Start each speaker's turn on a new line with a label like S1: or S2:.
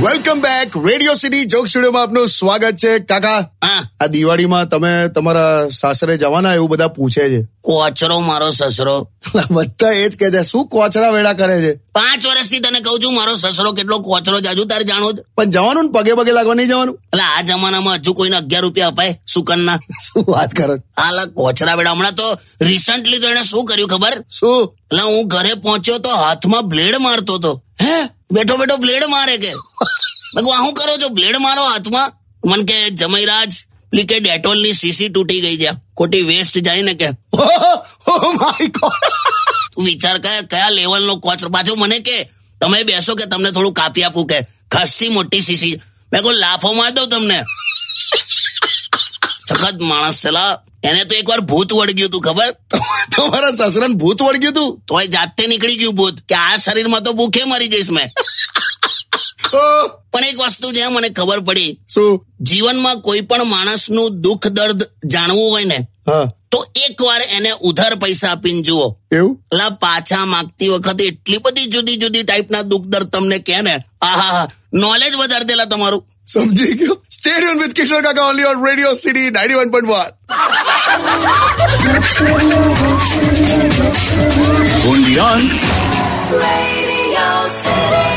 S1: Welcome back Radio City joke સ્ટુડિયોમાં આપનું સ્વાગત છે કાકા આ દિવાળીમાં તમે તમારા સાસરે જવાના એવું બધા પૂછે છે
S2: કોચરો મારો સસરો
S1: બધા એ જ કે છે શું કોચરા વેળા કરે છે
S2: પાંચ વર્ષથી તને કહું છું મારો સસરો કેટલો કોચરો છે. હજુ તારે જાણો જ
S1: પણ જવાનું ને પગે પગે લાગવા નહીં જવાનું
S2: એટલે આ જમાનામાં હજુ કોઈને અગિયાર રૂપિયા અપાય સુકનના
S1: શું વાત કરો છો?
S2: હાલા કોચરા બેડા હમણાં તો રિસન્ટલી તો એને શું કર્યું ખબર
S1: શું
S2: એટલે હું ઘરે પહોંચ્યો તો હાથમાં બ્લેડ મારતો હતો
S1: હે
S2: બેઠો બેઠો બ્લેડ મારે કે મેં કહું, આ શું કરો છો બ્લેડ મારો હાથમાં મને કે જમૈરાજ પેલી કે ડેટોલ ની સીસી તૂટી ગઈ છે ખોટી વેસ્ટ જાય ને કે
S1: ઓ માય ગોડ
S2: તું વિચાર કર કયા લેવલનો કોચરો પાછો મને કે તમે બેસો કે તમને થોડું કાપી આપું કે ખસ્સી મોટી સીસી મેં કહું લાફો માર દઉં તમને સખત માણસ છેલા એને તો એકવાર ભૂત વળગ્યું તું ખબર
S1: તમારા સસરાને ભૂત વળગ્યું તું
S2: તોય જાતે નીકળી ગયું ભૂત કે આ શરીરમાં તો ભૂખે મરી જઈશ મેં
S1: ઓહ,
S2: પણ એક વસ્તુ છે મને ખબર પડી
S1: શું
S2: જીવનમાં કોઈ પણ માણસનું દુઃખ દર્દ જાણવું હોય ને
S1: હા
S2: તો એકવાર એને ઉધાર પૈસા આપીને જુઓ
S1: એવું
S2: લા પાછા માંગતી વખતે એટલી બધી જુદી જુદી ટાઈપના દુઃખ દર તમને કે ને આહા નોલેજ વધારી દેલા તમારું
S1: સમજી ગયો સ્ટેડિયમ વિથ કિશોર કાકા only on radio city ninety one point one
S3: Radio City.